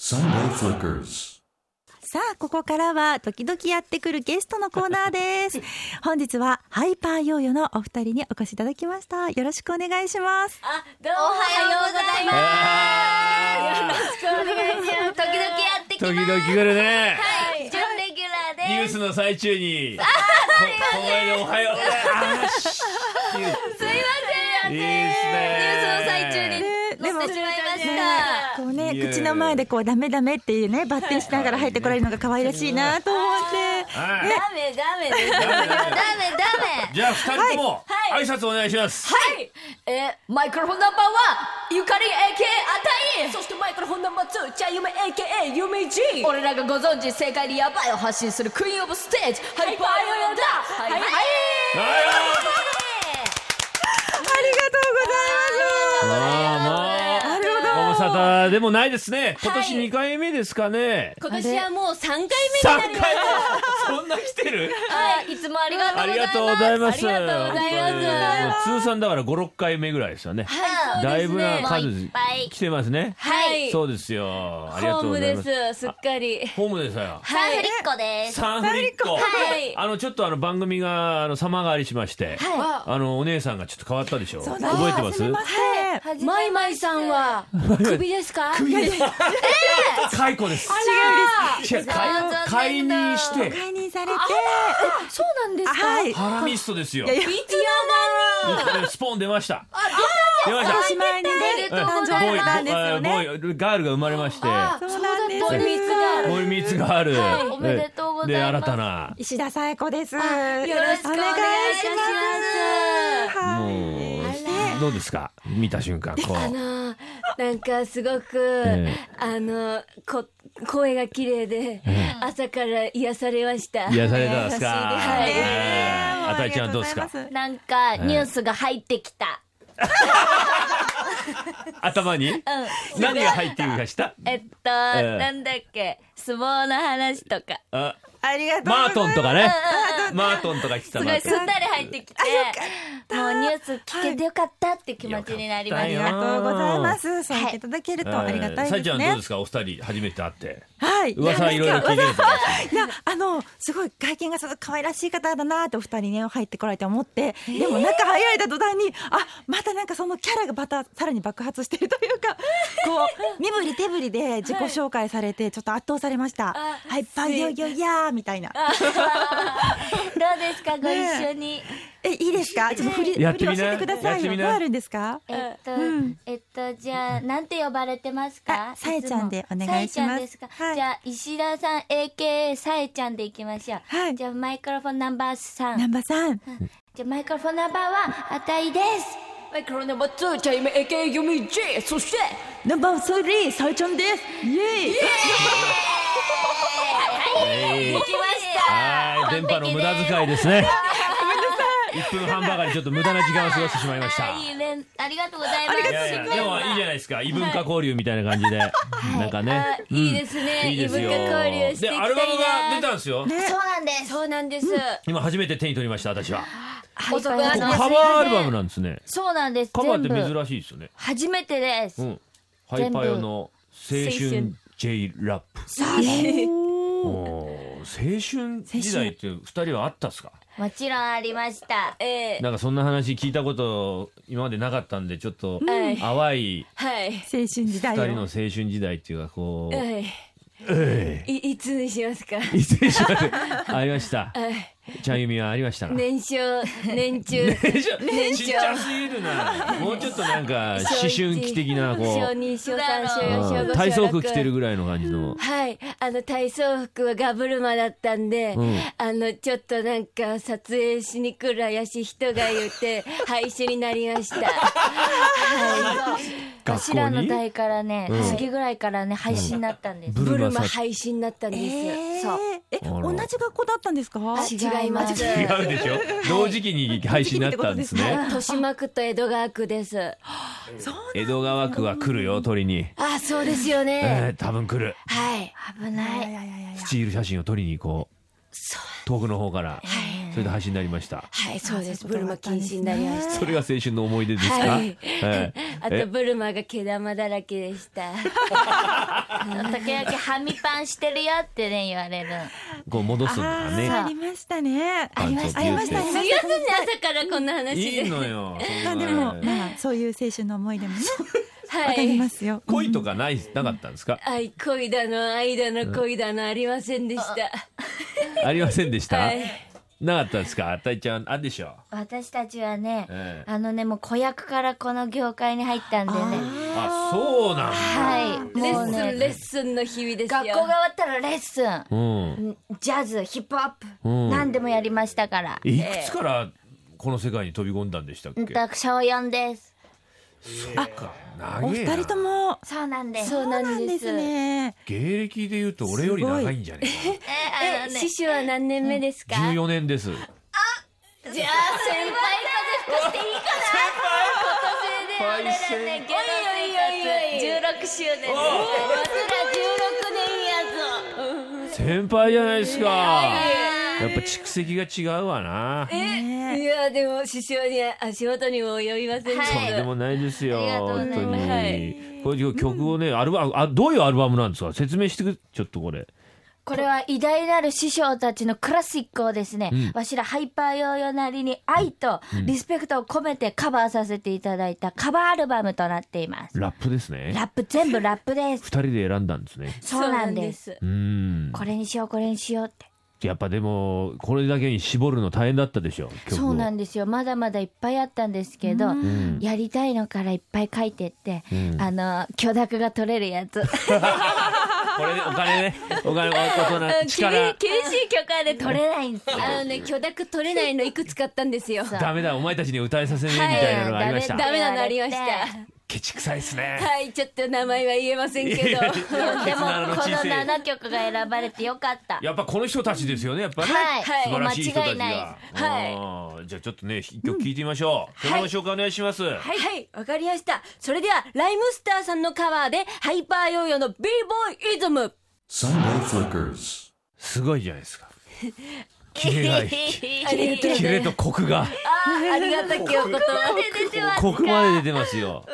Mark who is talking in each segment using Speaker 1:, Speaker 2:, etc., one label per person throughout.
Speaker 1: Sunday Flickers.
Speaker 2: さあ、ここからは時々やってくるゲストのコーナーです。本日はハイパーヨーヨーのお二人にお越しいただきました。よろしくお願いします。
Speaker 3: あ、どうもおはようございます。よろしくお願いします。時々やってき
Speaker 4: 時
Speaker 3: ます。
Speaker 4: 々来るね。
Speaker 3: はい、準レギュラ
Speaker 4: ニュ
Speaker 3: ー
Speaker 4: ー
Speaker 3: で
Speaker 4: ス
Speaker 3: す。
Speaker 4: の最中に。ここの間おはよう。あーしって言って
Speaker 3: すいません。
Speaker 4: いい
Speaker 3: ニュー
Speaker 4: です
Speaker 3: スの
Speaker 4: ね。
Speaker 3: 最中に
Speaker 2: でも
Speaker 3: 乗せてしまいまし
Speaker 2: ね
Speaker 3: た。
Speaker 2: こうね
Speaker 4: いえ
Speaker 2: 口の前でこうダメダメっていうねバッテンしながら入ってこられるのが可愛らしいなと思って。
Speaker 4: はい。
Speaker 3: ダメダメです。
Speaker 4: ダ
Speaker 3: ダ
Speaker 4: メ
Speaker 3: メ
Speaker 4: ダメ
Speaker 3: ダメ。
Speaker 4: じゃあ二人とも
Speaker 3: は
Speaker 4: 挨
Speaker 3: い
Speaker 4: 拶お願いします。
Speaker 3: はい。えー、マイクロフォンナンバーはゆかり AK あたい。そしてマイクロフォンナンバー2ちゃゆめ AKA ゆめじ。俺らがご存知世界にヤバいを発信するクイーンオブステージハイパーヨーヨーだ。はいは
Speaker 2: あり
Speaker 3: い。
Speaker 2: がとうございます。
Speaker 4: あ
Speaker 2: なる
Speaker 4: あ、もうご無
Speaker 2: ほど。
Speaker 4: 沙汰でもないですね。今年二回目ですかね。
Speaker 3: 今年はもう3回目に
Speaker 4: 三
Speaker 3: な
Speaker 4: 回
Speaker 3: り
Speaker 4: 目
Speaker 3: まし。
Speaker 4: そんな来てる？
Speaker 3: た。はい、いつもありが
Speaker 4: ありが
Speaker 3: と
Speaker 4: と
Speaker 3: う
Speaker 4: う
Speaker 3: ご
Speaker 4: ご
Speaker 3: ざ
Speaker 4: ざ
Speaker 3: い
Speaker 4: い
Speaker 3: ま。
Speaker 4: ますす。もう通算だから五六回目ぐらいですよね。
Speaker 3: はい、
Speaker 4: だいぶな
Speaker 3: そう
Speaker 4: 数
Speaker 3: ですねもういっ
Speaker 4: 来てますね。
Speaker 3: ぱい。はい。
Speaker 4: そうですよ。ありが
Speaker 3: ホー
Speaker 4: とうご
Speaker 3: ム
Speaker 4: ざい
Speaker 3: で
Speaker 4: ます。
Speaker 3: す。すっかり。
Speaker 4: ホームですよ。
Speaker 3: サンフリ
Speaker 2: ッ
Speaker 3: コで。
Speaker 4: サンフリッコ。
Speaker 3: はい
Speaker 4: あのちょっとあの番組があの様変わりしまして、
Speaker 3: は
Speaker 4: あのお姉さんがちょっと変わったでしょ。
Speaker 2: そうだ
Speaker 4: 覚えてます？
Speaker 2: みません
Speaker 3: い。マイマイさんは、クビですか
Speaker 4: 首です。解雇です。違うです。解任して
Speaker 2: 解任されて、
Speaker 3: そうなんですか
Speaker 2: はい。
Speaker 4: パラミストですよ
Speaker 2: いや。いや
Speaker 3: ビティアナ
Speaker 4: スポン出ました。出ました。
Speaker 2: 私前にね
Speaker 3: おめでとう
Speaker 2: 誕
Speaker 3: ご
Speaker 2: 生
Speaker 3: ざい
Speaker 2: 日
Speaker 3: ます
Speaker 2: なんですよ
Speaker 4: ボー
Speaker 2: ね。
Speaker 4: イボーイボーイガールが生まれまして。
Speaker 2: そうなんです。
Speaker 3: そうだボーイミーツガール
Speaker 4: ボーイミーツガール。
Speaker 3: はいおめでとうございます
Speaker 4: で新たな。
Speaker 2: 石田紗友子です。よろ
Speaker 3: よろしくお願いします。
Speaker 4: もうどうですか見た瞬間こ
Speaker 3: あ
Speaker 4: う
Speaker 3: のなんかすごく、
Speaker 4: え
Speaker 3: あのこ声が綺麗で、朝から癒されました
Speaker 4: 癒されたんですか。
Speaker 3: はい
Speaker 4: はいあたいちゃんどうですか。
Speaker 3: なんかニュースが入ってきた、
Speaker 4: 頭に何が入っているかした。
Speaker 3: えっと、
Speaker 4: え
Speaker 3: なんだっけ相撲の話とか
Speaker 4: あ
Speaker 2: ありがとうござい
Speaker 4: マ
Speaker 2: ます。
Speaker 4: ートンとかね。マートンとか言ってた
Speaker 3: す
Speaker 4: の
Speaker 3: ごいすんなり入ってきて
Speaker 2: た
Speaker 3: もうニュース聞けてよかったっていう気持ちになりま
Speaker 2: あ
Speaker 3: し
Speaker 2: り
Speaker 3: た
Speaker 2: がとうございます。そう
Speaker 3: い
Speaker 2: 言っていただけると
Speaker 4: は
Speaker 2: ありがた
Speaker 4: さ
Speaker 2: い
Speaker 4: えち
Speaker 2: で
Speaker 4: ゃ
Speaker 2: す
Speaker 4: んどう
Speaker 2: ね
Speaker 4: で。すかお二人初めて会って。
Speaker 2: はい。
Speaker 4: 噂いろいろ聞いてるんですか。
Speaker 2: いやあのすごい外見がすごい可愛らしい方だなってお二人ね入ってこられて思って、でも中入られた途端にあまたなんかそのキャラがまたさらに爆発してると いうかこう身振り手振りで自己紹介されてちょっと圧倒されました
Speaker 3: あ
Speaker 2: 「はいパイヨヨヤー」みたいな
Speaker 3: どうですかご一緒に、
Speaker 2: 「えいいです か?」ちょっと振り
Speaker 4: や
Speaker 2: 振
Speaker 4: って
Speaker 2: り
Speaker 4: みな
Speaker 2: 教えてくだ
Speaker 4: や
Speaker 2: さい
Speaker 4: って
Speaker 2: よ
Speaker 4: み
Speaker 2: ど
Speaker 4: な
Speaker 2: うあるんですか
Speaker 5: えっと、えっと、じゃあ、なんて呼ばれてます
Speaker 2: あ
Speaker 5: か。
Speaker 2: さえちゃんでお願いします
Speaker 5: つもさえちゃんですか。
Speaker 2: はい
Speaker 5: じゃあ、石田さん、A. K. A. さえちゃんでいきましょう。
Speaker 2: はい
Speaker 5: じゃあ、マイクロフォンナンバーさん。
Speaker 2: 南波さん
Speaker 5: じゃあ、マイクロフォンナンバーは、あたいです。
Speaker 3: マイクロナンバー2チャイム AK ユミ J そして
Speaker 2: ナンバーソリーさえちゃんですイエーイ
Speaker 4: えー
Speaker 3: 来ました
Speaker 4: はい電波の無駄遣いですね。一分半ばかりちょっと無駄な時間を過ごしてしまいました。
Speaker 5: いいイベンありがとうございま
Speaker 4: いやいやでもいいじゃないですか異文化交流みたいな感じで、なんか
Speaker 3: あ
Speaker 4: ね、うん
Speaker 3: いいですね、
Speaker 4: いいです
Speaker 3: 異
Speaker 4: よ
Speaker 3: 文化交流していきたい
Speaker 4: で
Speaker 3: な
Speaker 4: アルバムが出たんですよ、
Speaker 5: す。そうなんです。
Speaker 3: そうなんです、
Speaker 4: 今初めて手に取りました私は
Speaker 3: 遅く
Speaker 5: は
Speaker 3: ない
Speaker 4: カ
Speaker 3: りま
Speaker 4: バ
Speaker 3: した
Speaker 4: ーアルバムなんですね
Speaker 5: そうなんです。
Speaker 4: カバーっ
Speaker 5: 全
Speaker 4: て
Speaker 5: 部
Speaker 4: 珍しいですよね、
Speaker 5: 初めてです。
Speaker 4: うん、ハイパー用の青春 J ラップおー青春時代って二人はあったっすか
Speaker 5: もちろんありました。
Speaker 3: え
Speaker 4: なんかそんな話聞いたこと今までなかったんでちょっと
Speaker 3: はい
Speaker 4: 淡い
Speaker 3: ー、はい
Speaker 2: 青春時代
Speaker 4: 二人
Speaker 2: を
Speaker 4: の青春時代っていうかこう、
Speaker 3: はい
Speaker 4: え
Speaker 3: いいつにしますか
Speaker 4: え失 礼しましたありました
Speaker 3: はい
Speaker 4: ちゃんゆみはありましたか
Speaker 3: 年少年中
Speaker 4: ち
Speaker 3: 年
Speaker 4: っちゃすぎるな。もうちょっとなんか思春期的なこ
Speaker 3: 小
Speaker 4: う
Speaker 3: 二小三小四小
Speaker 4: うん
Speaker 3: 五
Speaker 4: 体操服
Speaker 3: 小六
Speaker 4: 着てるぐらいの感じの。
Speaker 3: はいあの体操服はガブルマだったんで、
Speaker 4: うん
Speaker 3: あのちょっとなんか撮影しに来る怪しい人が言 って廃止になりました
Speaker 4: 学
Speaker 5: 柱
Speaker 4: 校
Speaker 5: の
Speaker 4: に
Speaker 5: 代からね、
Speaker 4: うん
Speaker 5: 次ぐらいからね、配信になったんです。
Speaker 4: ブ
Speaker 3: ブ
Speaker 4: ル
Speaker 3: ル
Speaker 4: マ
Speaker 3: マ
Speaker 4: さ
Speaker 3: 廃止になったんです、
Speaker 2: えー
Speaker 3: そう
Speaker 2: え
Speaker 4: あら
Speaker 2: 同じ学校だったんですか
Speaker 3: あ違います
Speaker 5: 違
Speaker 4: 違うでしょ。同時期に配信になったん です
Speaker 2: 同時期って
Speaker 4: ね。
Speaker 3: 豊島区と江戸川区ですあ
Speaker 4: 江戸川区は来るよ取りに。
Speaker 3: そうですよ
Speaker 4: え
Speaker 3: ね、
Speaker 4: ー多分来る。
Speaker 3: はい
Speaker 5: 危ない。
Speaker 4: スチール写真を撮りに行こう。遠くの方から。それで配信になりました。
Speaker 3: はい、そうです。
Speaker 2: あ
Speaker 3: ブルマ禁止になりました。
Speaker 4: それが青春の思い出ですか。
Speaker 3: はい
Speaker 4: ええ
Speaker 3: あと、ブルマが毛玉だらけで した。
Speaker 5: 時々はみパンしてるよってね、言われる。
Speaker 4: こう戻すんだね。
Speaker 2: ありましたね。
Speaker 4: ありましたね
Speaker 2: ありました。ありま
Speaker 3: すい
Speaker 2: し
Speaker 3: ま
Speaker 2: た
Speaker 3: せんね、朝からこんな話
Speaker 4: い
Speaker 3: で。
Speaker 4: いのよ。
Speaker 2: まあでも、まあ、そういう青春の思い出もね、わか
Speaker 3: は
Speaker 2: りま
Speaker 3: い。
Speaker 2: すよ。
Speaker 4: 恋とかない、なかったんですか。
Speaker 3: 愛、恋だの、愛だの、恋だの、ありませんでした。
Speaker 4: ありませんでした
Speaker 3: はい。
Speaker 4: なかったんですか。あたいちゃん、あるでしょ
Speaker 5: 私たちはね、
Speaker 4: ええ
Speaker 5: あのね、もう子役からこの業界に入ったんでね。
Speaker 4: あ、そうなんだ。
Speaker 5: はい。
Speaker 3: レ
Speaker 5: もう
Speaker 3: ッスン、レッ
Speaker 5: ね、
Speaker 3: スンの日々ですよ。
Speaker 5: 学校が終わったらレッスン。
Speaker 4: うん。
Speaker 5: ジャズ、ヒップホップ、
Speaker 4: うん
Speaker 5: 何でもやりましたから。
Speaker 4: いくつからこの世界に飛び込んだんでしたっけ。
Speaker 5: 私、小4です。
Speaker 4: そうか。
Speaker 2: お
Speaker 4: 長え
Speaker 2: 二
Speaker 4: な
Speaker 2: 人とも、
Speaker 5: そうなんです。
Speaker 3: そう
Speaker 2: そ
Speaker 3: な
Speaker 2: うなん
Speaker 3: ん
Speaker 2: で
Speaker 3: ですす。
Speaker 2: ね。
Speaker 4: 芸歴で言うと俺より長いんじゃねえか。
Speaker 5: え、あのね
Speaker 3: 師匠は何年目です か
Speaker 4: 十四年です。
Speaker 3: じゃあ先輩風吹かしていいか
Speaker 5: 俺らね、芸
Speaker 3: おいおいおいおい
Speaker 5: 能生活16周年です。
Speaker 4: 先輩じゃないですか。やっぱ蓄積が違うわな。
Speaker 3: なえいやでも師匠には足元にも及びませんでし
Speaker 5: はい
Speaker 4: とんでもないですよ。
Speaker 5: ありがとうござい
Speaker 4: 本
Speaker 5: ます
Speaker 4: 当に。
Speaker 3: はい
Speaker 4: これ曲をね、アルバム、あ、どういうアルバムなんですか。説明してく、ちょっとこれ。
Speaker 5: これは偉大なる師匠たちのクラシックをですね、わしらハイパーヨーヨーなりに愛とリスペクトを込めてカバーさせていただいたカバーアルバムとなっています。
Speaker 4: ラップですね。
Speaker 5: ラップ全部ラップです。
Speaker 4: 二人で選んだんですね。
Speaker 5: そうなんです。
Speaker 3: す
Speaker 4: うーん。
Speaker 5: これにしようこれにしようって。
Speaker 4: やっぱでも、これだけに絞るの大変だったでしょ曲を。
Speaker 5: そうなんですよ。まだまだいっぱいあったんですけど、やりたいのからいっぱい書いてって、あの許諾が取れるやつ。
Speaker 4: これでお金ね、お金、大人、
Speaker 3: 厳
Speaker 4: 力。
Speaker 3: 厳しい許可で取
Speaker 5: 取
Speaker 3: れ
Speaker 5: れないんですよ。
Speaker 3: あのね許諾取れないのいくつかあったんですよ
Speaker 5: そう
Speaker 4: ダメだ、お前たちに歌えさせねえみたいなのがありまし
Speaker 3: ダ
Speaker 4: た。
Speaker 3: メなのありまし
Speaker 5: 言われ
Speaker 3: た
Speaker 4: ケチくさいっすね。
Speaker 3: はいちょっと名前は言えません けど
Speaker 5: でもこの
Speaker 4: や
Speaker 5: 7曲が選ばれてよかった。
Speaker 4: っぱこの人たちですよね、やっぱね。
Speaker 5: はい
Speaker 4: 素晴らしい人た
Speaker 5: 間違
Speaker 4: ち
Speaker 5: いない
Speaker 4: が。
Speaker 3: ですはい
Speaker 4: い。じゃあちょっとね、一曲聴いてみましょう。その紹介お願いします。
Speaker 3: はいはいわかりましたそれではライムスターさんのカバーでハイパーヨーヨーの b ボーイイズム
Speaker 1: Sunday Flickers.
Speaker 4: すごいじゃないですか。キ レがいい。
Speaker 3: ありがとう
Speaker 4: キレとコクが、
Speaker 3: ありがたきお言葉
Speaker 4: コクまで出てますよ。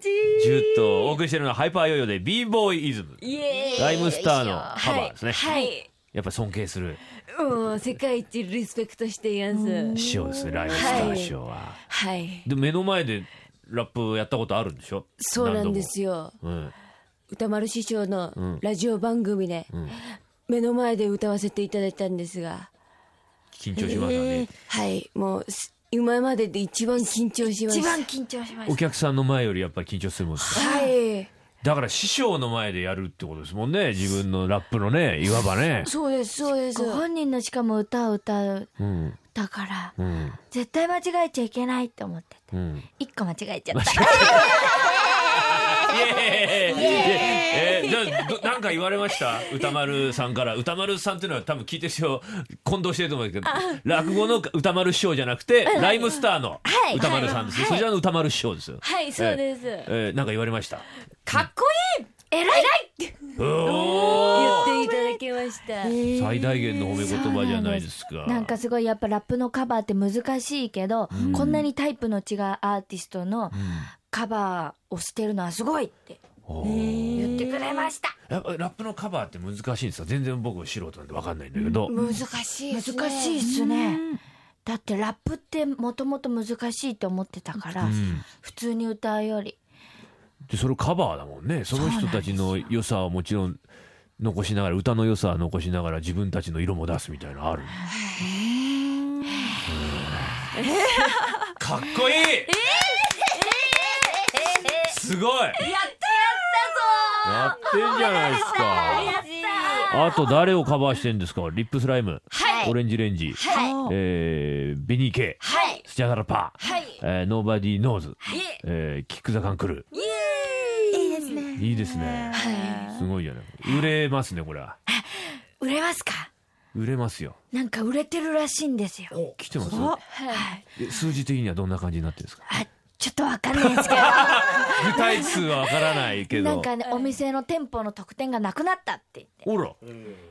Speaker 4: ジュッとお送りしてるのはハイパーヨーヨーで b ボーイイズム。
Speaker 3: イエーイ
Speaker 4: ライムスターのカバーですね。
Speaker 3: はい
Speaker 4: やっぱ尊敬する
Speaker 3: もう世界一リスペクトしています
Speaker 4: 師匠ですね、ライムスター師匠は。
Speaker 3: はい
Speaker 4: で目の前でラップをやったことあるんでしょ
Speaker 3: そうなんです
Speaker 4: よ、
Speaker 3: よ
Speaker 4: うん、
Speaker 3: 歌丸師匠のラジオ番組で目の前で歌わせていただいたんですが
Speaker 4: 緊張しますよね、
Speaker 3: はいもうす今までで一番緊張しました
Speaker 5: 一番緊張しま
Speaker 4: お
Speaker 5: し
Speaker 4: 客さんの前よりやっぱり緊張するもんですか
Speaker 3: はい
Speaker 4: だから師匠の前でやるってことですもんね自分のラップの ねいわばね
Speaker 3: そうですそうです
Speaker 5: た。ご本人のしかも歌を歌う
Speaker 4: うん
Speaker 5: だから、
Speaker 4: うん
Speaker 5: 絶対間違えちゃいけないって思って
Speaker 4: う
Speaker 5: て
Speaker 4: ん
Speaker 5: 一個間違えちゃった
Speaker 4: えええじゃあどなんか言われました歌丸さんから歌丸さんっていうのは多分聞いてる人混同してると思うんですけど落語の歌丸師匠じゃなくてライムスターの歌丸さんですねそちらの歌丸師匠ですよ
Speaker 3: はいそうです
Speaker 4: えええなんか言われました
Speaker 3: かっこいい
Speaker 5: 偉い
Speaker 4: お
Speaker 3: 言っていただきました
Speaker 4: ー最大限の褒め言葉じゃないですか。
Speaker 5: なんかすごいやっぱラップのカバーって難しいけど、こんなにタイプの違うアーティストのカバーを捨てるのはすごいって
Speaker 4: お
Speaker 5: 言
Speaker 4: ー
Speaker 5: ってくれました、
Speaker 4: やっぱラップのカバーって難しいんですか全然僕素人なんで分かんないんだけど、
Speaker 3: 難しいですね
Speaker 5: 難しいっすねだってラップってもともと難しいって思ってたから、普通に歌うより
Speaker 4: でそれカバーだもんねその人たちの良さはもちろん残しながら歌の良さは残しながら自分たちの色も出すみたいなのあるかっこいいすごいやってやったぞやってんじゃないですかあと誰をカバーしてんですかリップスライム、オレンジレンジ、
Speaker 2: はい。
Speaker 4: えー、ベニーケイ、
Speaker 3: はい
Speaker 4: スチャダラパー、
Speaker 3: はい
Speaker 4: えー、ノーバディーノーズ、
Speaker 3: い
Speaker 4: えー、キックザカンクルー
Speaker 3: イエーイ
Speaker 2: いいですね。
Speaker 4: いいですねすごいじゃない売れますねこれは
Speaker 5: 売れますか
Speaker 4: 売れますよ
Speaker 5: なんか売れてるらしいんですよ
Speaker 4: 来てます
Speaker 2: お
Speaker 4: え数字的にはどんな感じになってるんですか
Speaker 5: あ
Speaker 6: ちょっとわかんないですけ
Speaker 4: 具体数はわからないけ
Speaker 6: ど
Speaker 4: ど
Speaker 6: なんかねお店の店舗の特典がなくなったって言って
Speaker 4: ほら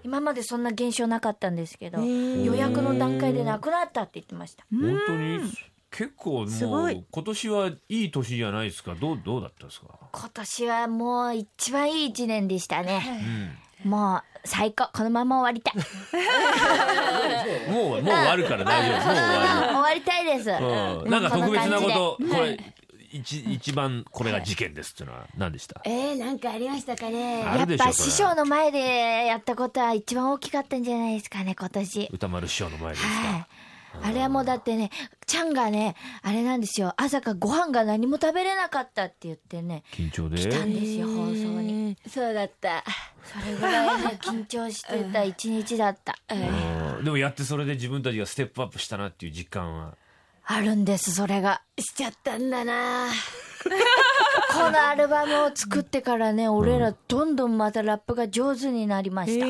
Speaker 6: 今までそんな現象なかったんですけど予約の段階でなくなったって言ってました
Speaker 4: 本当に結構
Speaker 2: す
Speaker 4: も
Speaker 2: ご
Speaker 4: う
Speaker 2: い
Speaker 4: 今年はいい年じゃないですかどうどうだったですか
Speaker 6: 今年はもう一番いい一年でしたね、もう最高このまま終わりたい
Speaker 4: もうもう終わるから大丈夫もう終わる
Speaker 6: 終わりたいです、
Speaker 4: うんなんか特別なこと、これ、一一番これが事件ですっていうのは何でした
Speaker 3: えー、なんかありましたかね
Speaker 4: あ
Speaker 6: や
Speaker 4: るで
Speaker 6: っ
Speaker 4: しょ
Speaker 6: ぱ
Speaker 4: それ
Speaker 6: 師匠の前でやったことは一番大きかったんじゃないですかね今年
Speaker 4: 歌丸師匠の前です
Speaker 6: はい
Speaker 4: か。
Speaker 6: あれはもうだってねちゃんがねあれなんですよ朝からご飯が何も食べれなかったって言ってね
Speaker 4: 緊張で。
Speaker 6: 来たんですよ放送に
Speaker 3: そうだった
Speaker 6: それぐらいね緊張してた一日だった
Speaker 4: うんでもやってそれで自分たちがステップアップしたなっていう実感は。
Speaker 6: あるんですそれが
Speaker 3: しちゃったんだな
Speaker 6: このアルバムを作ってからね俺らどんどんまたラップが上手になりました、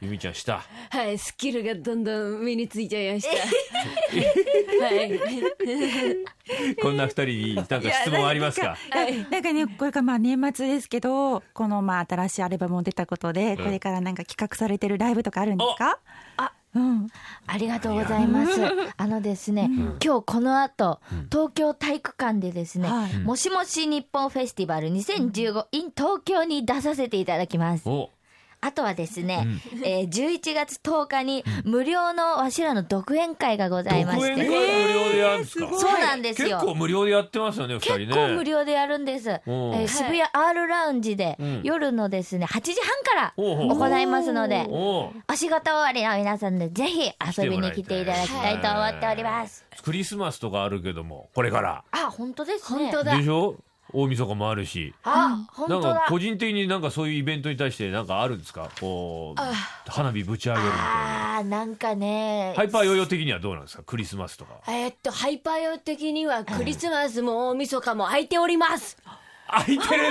Speaker 4: ゆみちゃんした。
Speaker 3: はいスキルがどんどん身についちゃいましたはい
Speaker 4: こんな二人になんか質問ありますか。
Speaker 2: いやなんかなんかねこれからまあ年末ですけどこのまあ新しいアルバムも出たことでこれからなんか企画されてるライブとかあるんですか
Speaker 6: あ
Speaker 2: うん
Speaker 6: ありがとうございます。あのですね、今日この後、東京体育館でですね、
Speaker 2: はい
Speaker 6: もしもし日本フェスティバル2015 in 東京に出させていただきます。
Speaker 4: お、
Speaker 6: あとはですね、えー11月10日に無料のわしらの独演会がございま
Speaker 4: 独
Speaker 6: し
Speaker 4: 演会
Speaker 6: て、
Speaker 4: 無料でやるんですか。
Speaker 6: そうなんです
Speaker 4: 結
Speaker 6: よ。
Speaker 4: 構無料でやってますよね、二人ね。
Speaker 6: 結構無料でやるんです、えー渋谷 R ラウンジで、
Speaker 4: ん
Speaker 6: 夜のですね8時
Speaker 4: おう
Speaker 6: 半から行いますので
Speaker 4: おう。
Speaker 6: お仕事終わりの皆さんでぜひ遊びに来ていただきたいと思っております。
Speaker 4: クリスマスとかあるけども、これから。
Speaker 6: あ、本当ですね。
Speaker 3: 本当だ
Speaker 4: でしょ大晦日もあるし。
Speaker 6: あ、本
Speaker 4: な
Speaker 6: 当
Speaker 4: ん
Speaker 6: だ
Speaker 4: か。個人的になんかそういうイベントに対してなんかあるんですかこう花火ぶち上げるみたいな
Speaker 6: あー、なんかね。
Speaker 4: ハイパーヨーヨー的にはどうなんですかクリスマスとか
Speaker 3: えーっとハイパー用的にはクリスマスも大晦日も空いております
Speaker 4: 開いてる
Speaker 3: は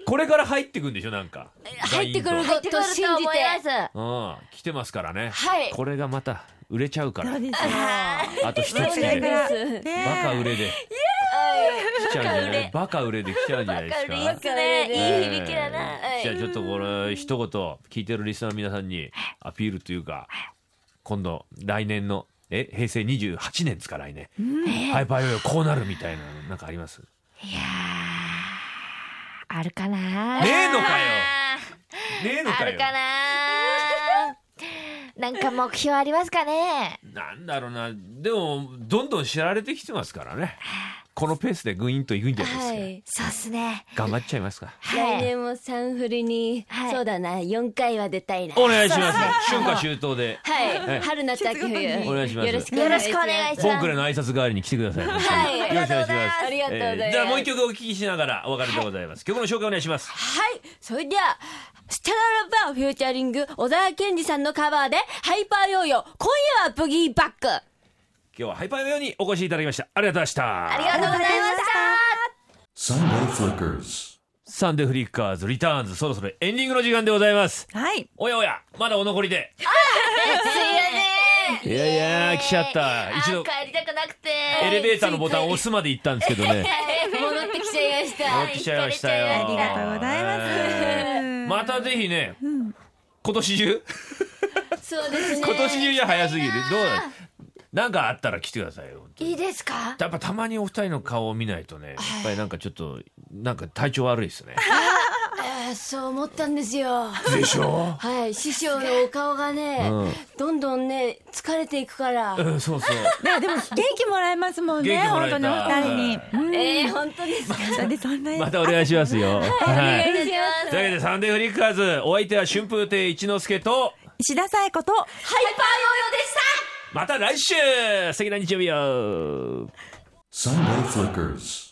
Speaker 3: い
Speaker 4: これから入ってくんでしょなんか
Speaker 3: 入ってくる
Speaker 6: 入ってくる
Speaker 3: と
Speaker 6: と
Speaker 3: 信
Speaker 6: 思
Speaker 3: じ
Speaker 6: い
Speaker 3: て
Speaker 6: ます。
Speaker 4: うん来てますからね
Speaker 3: はい
Speaker 4: これがまた売れちゃうから
Speaker 2: ですよ
Speaker 4: あと一
Speaker 2: こ
Speaker 4: つ
Speaker 2: れか
Speaker 4: で
Speaker 2: ら
Speaker 3: そうで
Speaker 2: ね
Speaker 4: バカ売れで来ちゃうんじゃないバカ売れで来ちゃうんじゃないですか
Speaker 6: いいですね。いい響きだな。
Speaker 4: えーじゃあちょっとこれ一言聞いてるリスナーの皆さんにアピールというか今度来年のえ平成28年ですか来年、ハイパーヨーヨーこうなるみたいなのなんかありますね
Speaker 6: あるかな。
Speaker 4: えのかよねえの
Speaker 6: あ
Speaker 4: か
Speaker 6: る
Speaker 4: よ
Speaker 6: かな。なんか目標ありますかね。
Speaker 4: なんだろうなでもどんどん知られてきてますからねこのペースでグイーンといくんじゃないですか、
Speaker 3: はい
Speaker 6: そうっすね。
Speaker 4: 頑張っちゃいますか
Speaker 6: は
Speaker 3: 来
Speaker 6: い。
Speaker 3: 年も三振りに、
Speaker 6: はい
Speaker 3: そうだな四回は出たいな
Speaker 4: お願いします春夏秋冬で
Speaker 3: はい、
Speaker 4: はい
Speaker 3: 春夏秋冬
Speaker 4: お願いします
Speaker 3: よろしくお
Speaker 6: よ
Speaker 3: 願
Speaker 6: ろ
Speaker 3: い
Speaker 6: し
Speaker 3: し
Speaker 6: くお願
Speaker 3: ま
Speaker 6: い
Speaker 3: す
Speaker 6: し
Speaker 4: ボンク
Speaker 6: ま
Speaker 4: レ
Speaker 6: す。
Speaker 4: の挨拶代わりに来てください
Speaker 3: はい
Speaker 4: よろしくお願いします
Speaker 3: ありがとうございます
Speaker 4: えーじゃあもう一曲お聞きしながらお別れでございます、曲の紹介お願いします
Speaker 3: はい。それでは、ステララバーフューチャリング、小沢健二さんのカバーで、ハイパーヨーヨー、今夜はブギーバック。
Speaker 4: 今日はハイパーのようにお越しいただきましたありがとうございました
Speaker 6: ありがとうございました。
Speaker 1: Sunday Flickers.
Speaker 4: サンデーフリッカーズリターンズそろそろエンディングの時間でございます
Speaker 2: はい
Speaker 4: おやおやまだお残りでいやいや来ちゃった一度
Speaker 6: 帰りたくなくて。
Speaker 4: エレベーターのボタンを押すまで行ったんですけどね
Speaker 3: 戻ってきちゃいました。
Speaker 4: 戻ってきちゃいましたよ
Speaker 6: あり
Speaker 2: がとうございます
Speaker 4: えーまたぜひね今年中
Speaker 3: そうですね。
Speaker 4: 今年中じゃ早すぎるどうなのなんかあったら来てくださいよ
Speaker 6: いいですか。
Speaker 4: やっぱたまにお二人の顔を見ないとねやっぱりなんかちょっとなんか体調悪いですね
Speaker 3: えーそう思ったんですよ。
Speaker 4: でしょ
Speaker 3: はい。師匠のお顔がね、どんどんね、疲れていくから。
Speaker 4: うんそうそう
Speaker 2: ねでも元気もらえますもんね
Speaker 4: 元気もら
Speaker 2: 本
Speaker 4: え
Speaker 2: 当
Speaker 4: た
Speaker 2: にお二人にうん
Speaker 3: えー、本当ですか。
Speaker 2: なんでそんな
Speaker 4: またお願いしますよ。はい。
Speaker 3: お願いします
Speaker 4: というわけで、サンデーフリッカーズ、お相手は春風亭一之輔と、
Speaker 2: 石田紗恵子と
Speaker 4: また来週素敵な日曜日を
Speaker 1: Sunday Flickers.